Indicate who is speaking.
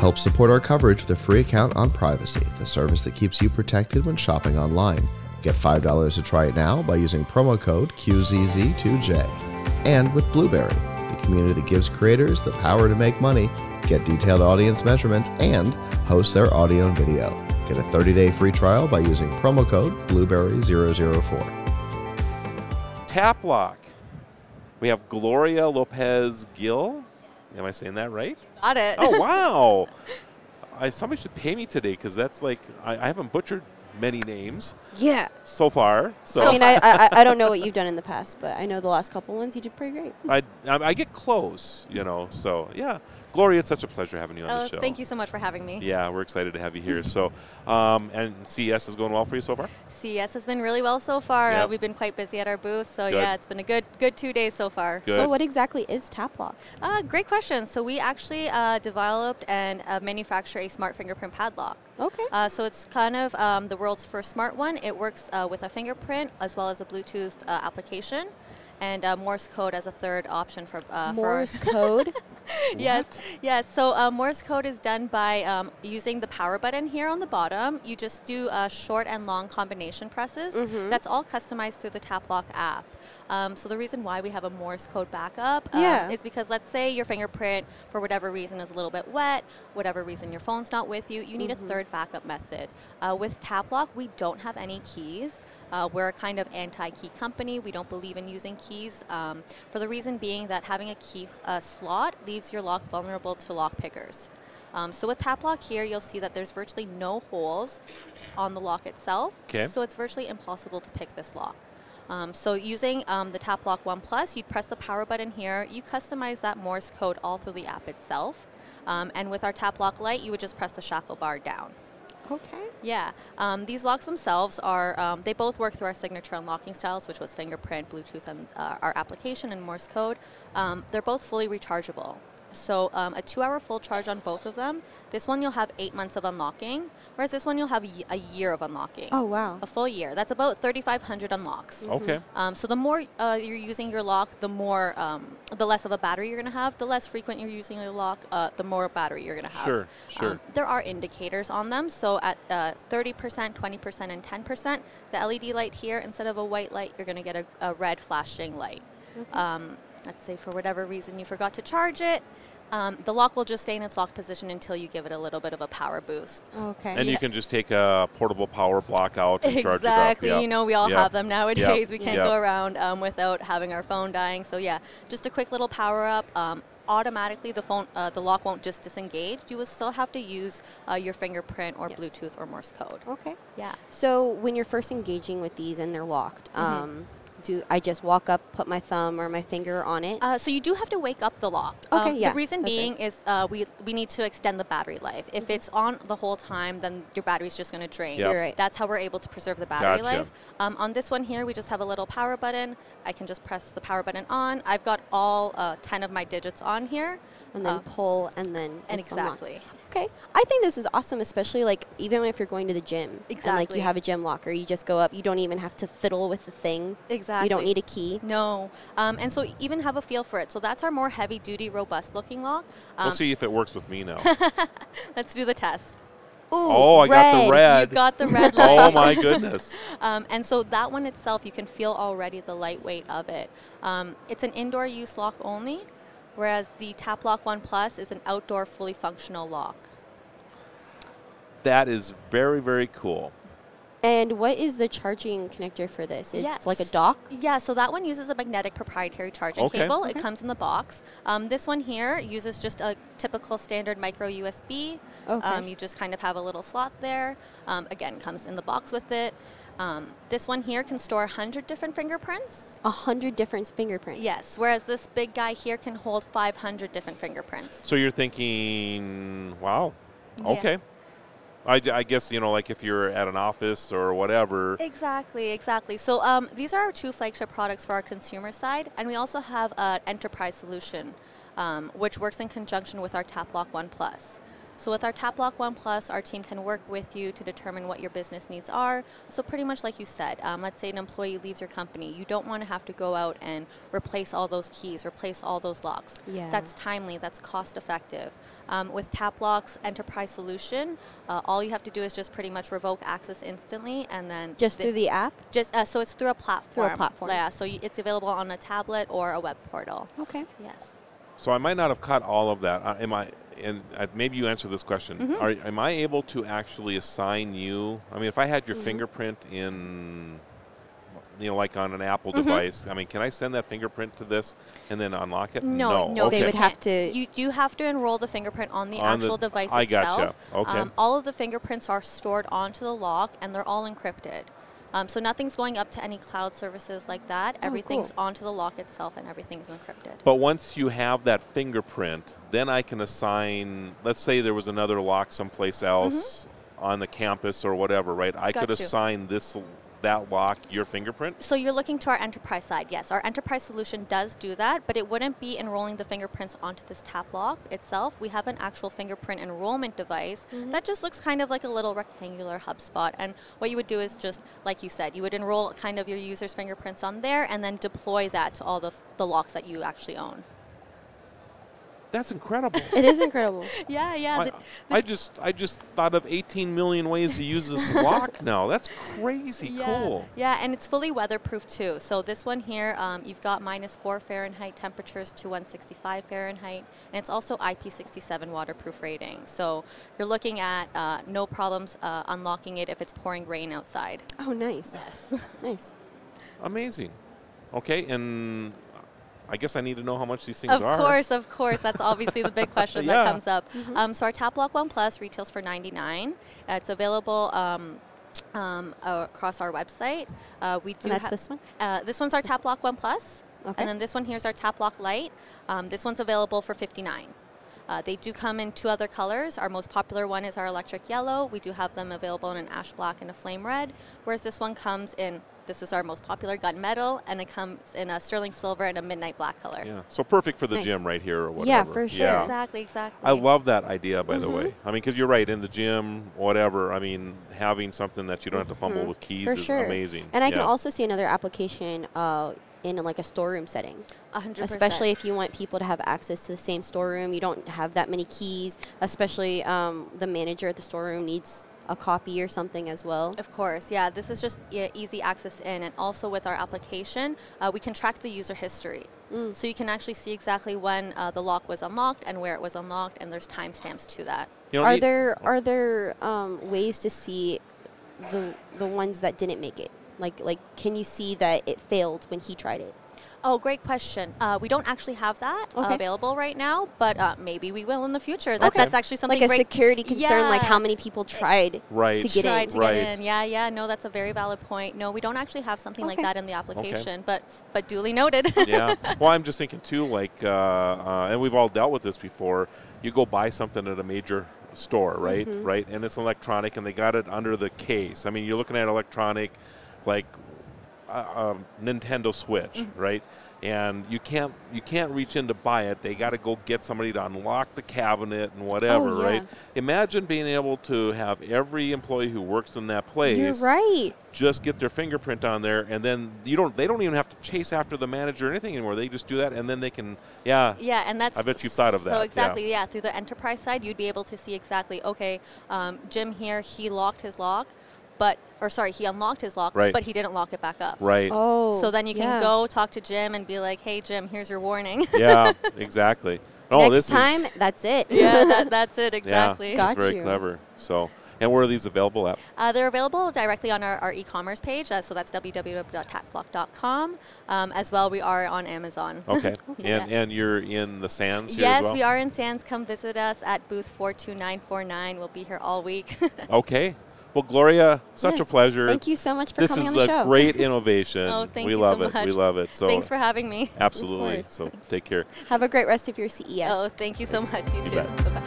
Speaker 1: Help support our coverage with a free account on Privacy, the service that keeps you protected when shopping online. Get $5 to try it now by using promo code QZZ2J. And with Blueberry, the community that gives creators the power to make money, get detailed audience measurements, and host their audio and video. Get a 30 day free trial by using promo code Blueberry004.
Speaker 2: Tap lock. We have Gloria Lopez Gill. Am I saying that right?
Speaker 3: Got it.
Speaker 2: Oh wow! I, somebody should pay me today because that's like I, I haven't butchered many names
Speaker 3: yeah.
Speaker 2: so far. So
Speaker 3: I mean, I, I I don't know what you've done in the past, but I know the last couple ones you did pretty great.
Speaker 2: I, I, I get close, you know. So yeah, Gloria, it's such a pleasure having you on
Speaker 4: Oh,
Speaker 2: the show.
Speaker 4: thank you so much for having me.
Speaker 2: Yeah, we're excited to have you here. So, um, and CES is going well for you so far.
Speaker 4: CES E has been really well so far. Uh,
Speaker 2: Yep.
Speaker 4: we've been quite busy at our booth, so
Speaker 2: Good.
Speaker 4: yeah, it's been a good good two days so far.
Speaker 2: Good.
Speaker 3: So, what exactly is Taplock?
Speaker 4: Uh, great question. So we actually uh, developed and uh, manufacture a smart fingerprint padlock.
Speaker 3: Okay.
Speaker 4: Uh, so it's kind of um, the world's first smart one. It works uh, with a fingerprint as well as a Bluetooth uh, application, and uh, Morse code as a third option for uh, for
Speaker 3: Morse code.
Speaker 4: Yes, yes. So uh, Morse code is done by um, using the power button here on the bottom. You just do uh, short and long combination presses. That's all customized through the TapLock app. Um, so the reason why we have a Morse code backup um,
Speaker 3: Yeah.
Speaker 4: is because let's say your fingerprint, for whatever reason, is a little bit wet, whatever reason your phone's not with you, you need a third backup method. Uh, with TapLock, we don't have any keys. Uh, we're a kind of anti-key company. We don't believe in using keys um, for the reason being that having a key uh, slot leaves your lock vulnerable to lock pickers. Um, so with TapLock here, you'll see that there's virtually no holes on the lock itself.
Speaker 2: 'Kay.
Speaker 4: So it's virtually impossible to pick this lock. Um, so using um, the TapLock One Plus, you press the power button here. You customize that Morse code all through the app itself. Um, and with our TapLock Lite, you would just press the shackle bar down.
Speaker 3: okay.
Speaker 4: Yeah, um, these locks themselves are, um, they both work through our signature unlocking styles, which was fingerprint, Bluetooth, and uh, our application and Morse code. Um, they're both fully rechargeable. So um, a two hour full charge on both of them. This one you'll have eight months of unlocking, whereas this one you'll have a y- a year of unlocking.
Speaker 3: Oh wow.
Speaker 4: A full year. That's about 3,500 unlocks.
Speaker 2: Okay.
Speaker 4: Um, so the more uh, you're using your lock, the more, um, the less of a battery you're going to have. The less frequent you're using your lock, uh, the more battery you're going to have. Um,
Speaker 2: Sure, sure.
Speaker 4: there are indicators on them. So at uh, 30%, 20%, and 10%, the LED light here, instead of a white light, you're going to get a, a red flashing light. Um, let's say for whatever reason you forgot to charge it. Um, the lock will just stay in its locked position until you give it a little bit of a power boost.
Speaker 3: Okay.
Speaker 2: And you can just take a portable power block out and charge it up.
Speaker 4: Exactly.
Speaker 2: Yeah.
Speaker 4: You know, we all
Speaker 2: Yeah.
Speaker 4: have them nowadays. We can't
Speaker 2: Yeah.
Speaker 4: go around um, without having our phone dying. So yeah, just a quick little power up. Um, automatically, the phone, uh, the lock won't just disengage. You will still have to use uh, your fingerprint or
Speaker 3: Yes.
Speaker 4: Bluetooth or Morse code.
Speaker 3: okay.
Speaker 4: Yeah.
Speaker 3: So when you're first engaging with these and they're locked,
Speaker 4: Mm-hmm.
Speaker 3: um, do I just walk up, put my thumb or my finger on it?
Speaker 4: Uh, so you do have to wake up the lock. Um,
Speaker 3: Okay, yeah,
Speaker 4: The reason
Speaker 3: that's
Speaker 4: being
Speaker 3: right. Mm-hmm.
Speaker 4: is uh, we we need to extend the battery life. If it's on the whole time, then your battery's just going to drain.
Speaker 2: Yep. You're
Speaker 3: right.
Speaker 4: That's how we're able to preserve the battery
Speaker 2: Gotcha.
Speaker 4: life. Um, on this one here, we just have a little power button. I can just press the power button on. I've got all uh, ten of my digits on here.
Speaker 3: and then
Speaker 4: Uh,
Speaker 3: pull and then
Speaker 4: and
Speaker 3: it's unlocked.
Speaker 4: exactly.
Speaker 3: Okay. I think this is awesome, especially like even if you're going to the gym. And like you
Speaker 4: Exactly.
Speaker 3: have a gym locker, you just go up. You don't even have to fiddle with the thing. You don't
Speaker 4: Exactly.
Speaker 3: need a key.
Speaker 4: No. Um, and so even have a feel for it. So that's our more heavy duty, robust looking lock. Um,
Speaker 2: We'll see if it works with me now.
Speaker 4: Let's do the test.
Speaker 3: Ooh,
Speaker 2: Oh, I got the
Speaker 4: You
Speaker 2: red.
Speaker 4: got the red light.
Speaker 2: oh my goodness.
Speaker 4: Um, and so that one itself, you can feel already the lightweight of it. Um, it's an indoor use lock only, whereas the Tap Lock One Plus is an outdoor, fully functional lock.
Speaker 2: That is very very cool.
Speaker 3: And what is the charging connector for this? It's
Speaker 4: Yes.
Speaker 3: like a dock.
Speaker 4: Yeah, so that one uses a magnetic proprietary charging
Speaker 2: Okay.
Speaker 4: cable. It comes in the box. Um, this one here uses just a typical standard micro USB.
Speaker 3: Okay.
Speaker 4: Um, you just kind of have a little slot there. Um, again, comes in the box with it. Um, this one here can store 100 different fingerprints.
Speaker 3: A hundred different fingerprints.
Speaker 4: Yes, whereas this big guy here can hold 500 different fingerprints.
Speaker 2: So you're thinking, wow,
Speaker 4: Yeah.
Speaker 2: okay. I, I guess, you know, like if you're at an office or whatever.
Speaker 4: Exactly, exactly. So um, these are our two flagship products for our consumer side, and we also have an enterprise solution, um, which works in conjunction with our TapLock One Plus. So with our TapLock One Plus, our team can work with you to determine what your business needs are. So pretty much like you said, um, let's say an employee leaves your company, you don't want to have to go out and replace all those keys, replace all those locks.
Speaker 3: Yeah.
Speaker 4: That's timely. That's cost effective. Um, with TapLock's enterprise solution, uh, all you have to do is just pretty much revoke access instantly, and then
Speaker 3: Just
Speaker 4: thi-
Speaker 3: through the app?
Speaker 4: just uh, so it's through a platform.
Speaker 3: platform.
Speaker 4: Yeah. So you, it's available on a tablet or a web portal.
Speaker 3: Okay.
Speaker 4: Yes.
Speaker 2: So I might not have caught all of that. Uh, am I? And uh, maybe you answer this question.
Speaker 4: Mm-hmm.
Speaker 2: Are, am I able to actually assign you? I mean, if I had your
Speaker 4: Mm-hmm.
Speaker 2: fingerprint in, you know, like on an Apple
Speaker 4: Mm-hmm.
Speaker 2: device, I mean, can I send that fingerprint to this and then unlock it?
Speaker 4: No, no,
Speaker 2: okay.
Speaker 3: They would have to-
Speaker 4: You you have to enroll the fingerprint on the
Speaker 2: On the-
Speaker 4: actual device
Speaker 2: I gotcha.
Speaker 4: itself.
Speaker 2: Okay.
Speaker 4: Um, all of the fingerprints are stored onto the lock, and they're all encrypted. Um, so nothing's going up to any cloud services like
Speaker 3: Oh,
Speaker 4: that. Everything's onto the lock itself, and everything's encrypted.
Speaker 2: But once you have that fingerprint, then I can assign. Let's say there was another lock someplace
Speaker 3: Mm-hmm.
Speaker 2: else on the campus or whatever, right? I
Speaker 4: Got
Speaker 2: could
Speaker 4: you.
Speaker 2: assign this that lock your fingerprint.
Speaker 4: So you're looking to our enterprise side, yes. Our enterprise solution does do that, but it wouldn't be enrolling the fingerprints onto this tap lock itself. We have an actual fingerprint enrollment device that just looks kind of like a little rectangular hub spot. And what you would do is just, like you said, you would enroll kind of your user's fingerprints on there and then deploy that to all the, the locks that you actually own.
Speaker 2: That's incredible.
Speaker 3: It is incredible.
Speaker 4: Yeah, yeah.
Speaker 2: I, I just I just thought of 18 million ways to use this lock now. That's crazy
Speaker 4: yeah,
Speaker 2: cool.
Speaker 4: Yeah, and it's fully weatherproof too. So this one here, um, you've got minus four Fahrenheit temperatures to 165 Fahrenheit, and it's also IP67 waterproof rating. So you're looking at uh, no problems uh, unlocking it if it's pouring rain outside.
Speaker 3: Oh, nice. Nice.
Speaker 2: Amazing. Okay, and I guess I need to know how much these things
Speaker 4: Of
Speaker 2: are.
Speaker 4: course, of course. That's obviously the big question
Speaker 2: Yeah.
Speaker 4: that comes up.
Speaker 3: Mm-hmm.
Speaker 4: Um, so our Tap Lock One Plus retails for ninety nine. Uh, it's available. Um, um, uh, across our website, uh, we do.
Speaker 3: that's
Speaker 4: ha-
Speaker 3: this one?
Speaker 4: Uh, this one's our Tap Lock One Plus,
Speaker 3: Okay.
Speaker 4: and then this one here's our Tap Lock Light. Um, this one's available for fifty nine. Uh, they do come in two other colors. Our most popular one is our electric yellow. We do have them available in an ash black and a flame red, whereas this one comes in. This is our most popular gunmetal, and it comes in a sterling silver and a midnight black color.
Speaker 2: Yeah. So perfect for the
Speaker 3: Nice.
Speaker 2: gym right here or whatever.
Speaker 3: Yeah, for sure.
Speaker 2: Yeah.
Speaker 4: Exactly, exactly.
Speaker 2: I love that idea, by
Speaker 3: Mm-hmm.
Speaker 2: the way. I mean, because you're right, in the gym, whatever. I mean, having something that you don't have to fumble with keys
Speaker 3: Mm-hmm. For
Speaker 2: is
Speaker 3: sure.
Speaker 2: amazing.
Speaker 3: And I can
Speaker 2: Yeah.
Speaker 3: also see another application uh, in like a storeroom setting.
Speaker 4: 100%.
Speaker 3: Especially if you want people to have access to the same storeroom, you don't have that many keys. Especially um, the manager at the storeroom needs a copy or something as well.
Speaker 4: Of course, yeah. This is just e- easy access in, and also with our application, uh, we can track the user history,
Speaker 3: Mm.
Speaker 4: so you can actually see exactly when uh, the lock was unlocked and where it was unlocked, and there's timestamps to that.
Speaker 2: You know,
Speaker 3: Are
Speaker 2: e-
Speaker 3: there are there um, ways to see the the ones that didn't make it? Like like can you see that it failed when he tried it?
Speaker 4: Oh, great question. Uh, we don't actually have that uh,
Speaker 3: Okay.
Speaker 4: available right now, but uh, maybe we will in the future. That,
Speaker 2: Okay.
Speaker 4: That's actually something
Speaker 3: Like a
Speaker 4: great.
Speaker 3: security concern, like
Speaker 4: Yeah.
Speaker 3: how many people tried
Speaker 2: Right.
Speaker 3: to get
Speaker 4: tried
Speaker 3: in?
Speaker 4: to
Speaker 2: Right.
Speaker 4: get in. Yeah, yeah. No, that's a very valid point. No, we don't actually have something like
Speaker 3: Okay.
Speaker 4: that in the application, but but duly noted.
Speaker 2: yeah. Well, I'm just thinking too, like, uh, uh, and we've all dealt with this before. You go buy something at a major store, right?
Speaker 3: Mm-hmm.
Speaker 2: Right, and it's electronic, and they got it under the case. I mean, you're looking at electronic, like uh, um, Nintendo Switch,
Speaker 3: Mm-hmm.
Speaker 2: right? And you can't you can't reach in to buy it. They got to go get somebody to unlock the cabinet and whatever,
Speaker 3: Oh, yeah.
Speaker 2: right? Imagine being able to have every employee who works in that place
Speaker 3: You're right.
Speaker 2: just get their fingerprint on there, and then you don't. They don't even have to chase after the manager or anything anymore. They just do that, and then they can. Yeah.
Speaker 4: Yeah, and that's.
Speaker 2: I bet you've thought of that,
Speaker 4: So
Speaker 2: yeah.
Speaker 4: exactly, yeah. Through the enterprise side, you'd be able to see exactly. Okay, um, Jim here, he locked his lock, but or sorry, he unlocked his lock,
Speaker 2: Right.
Speaker 4: but he didn't lock it back up.
Speaker 2: Right.
Speaker 3: Oh,
Speaker 4: So then you can
Speaker 3: yeah.
Speaker 4: go talk to Jim and be like, "Hey, Jim, here's your warning."
Speaker 2: Yeah. exactly. Oh,
Speaker 3: Next
Speaker 2: this
Speaker 3: time,
Speaker 2: Is,
Speaker 3: that's it.
Speaker 4: yeah, that, that's it
Speaker 2: yeah.
Speaker 4: exactly.
Speaker 3: Got
Speaker 2: It's very
Speaker 3: you.
Speaker 2: clever. So, and where are these available at?
Speaker 4: Uh, they're available directly on our, our e-commerce page, uh, so that's www.tapblock.com. Um, as well, we are on Amazon.
Speaker 2: Okay.
Speaker 4: Yeah.
Speaker 2: And and you're in the sands here Oh,
Speaker 4: yes,
Speaker 2: as well.
Speaker 4: we are in Sands. Come visit us at booth 42949. We'll be here all week.
Speaker 2: Okay. Well, Gloria, such a
Speaker 3: Yes.
Speaker 2: pleasure.
Speaker 3: Thank you so much for
Speaker 2: this
Speaker 3: coming
Speaker 2: is
Speaker 3: on the
Speaker 2: a
Speaker 3: show.
Speaker 2: great innovation.
Speaker 4: Oh, thank
Speaker 2: we
Speaker 4: you so
Speaker 2: love it. We
Speaker 4: much.
Speaker 2: love it. So
Speaker 4: Thanks for having me.
Speaker 2: absolutely.
Speaker 3: course.
Speaker 2: So take care.
Speaker 3: Have a great rest of your E CES.
Speaker 4: Oh, thank you so much. You too.
Speaker 2: bet.
Speaker 4: Bye-bye.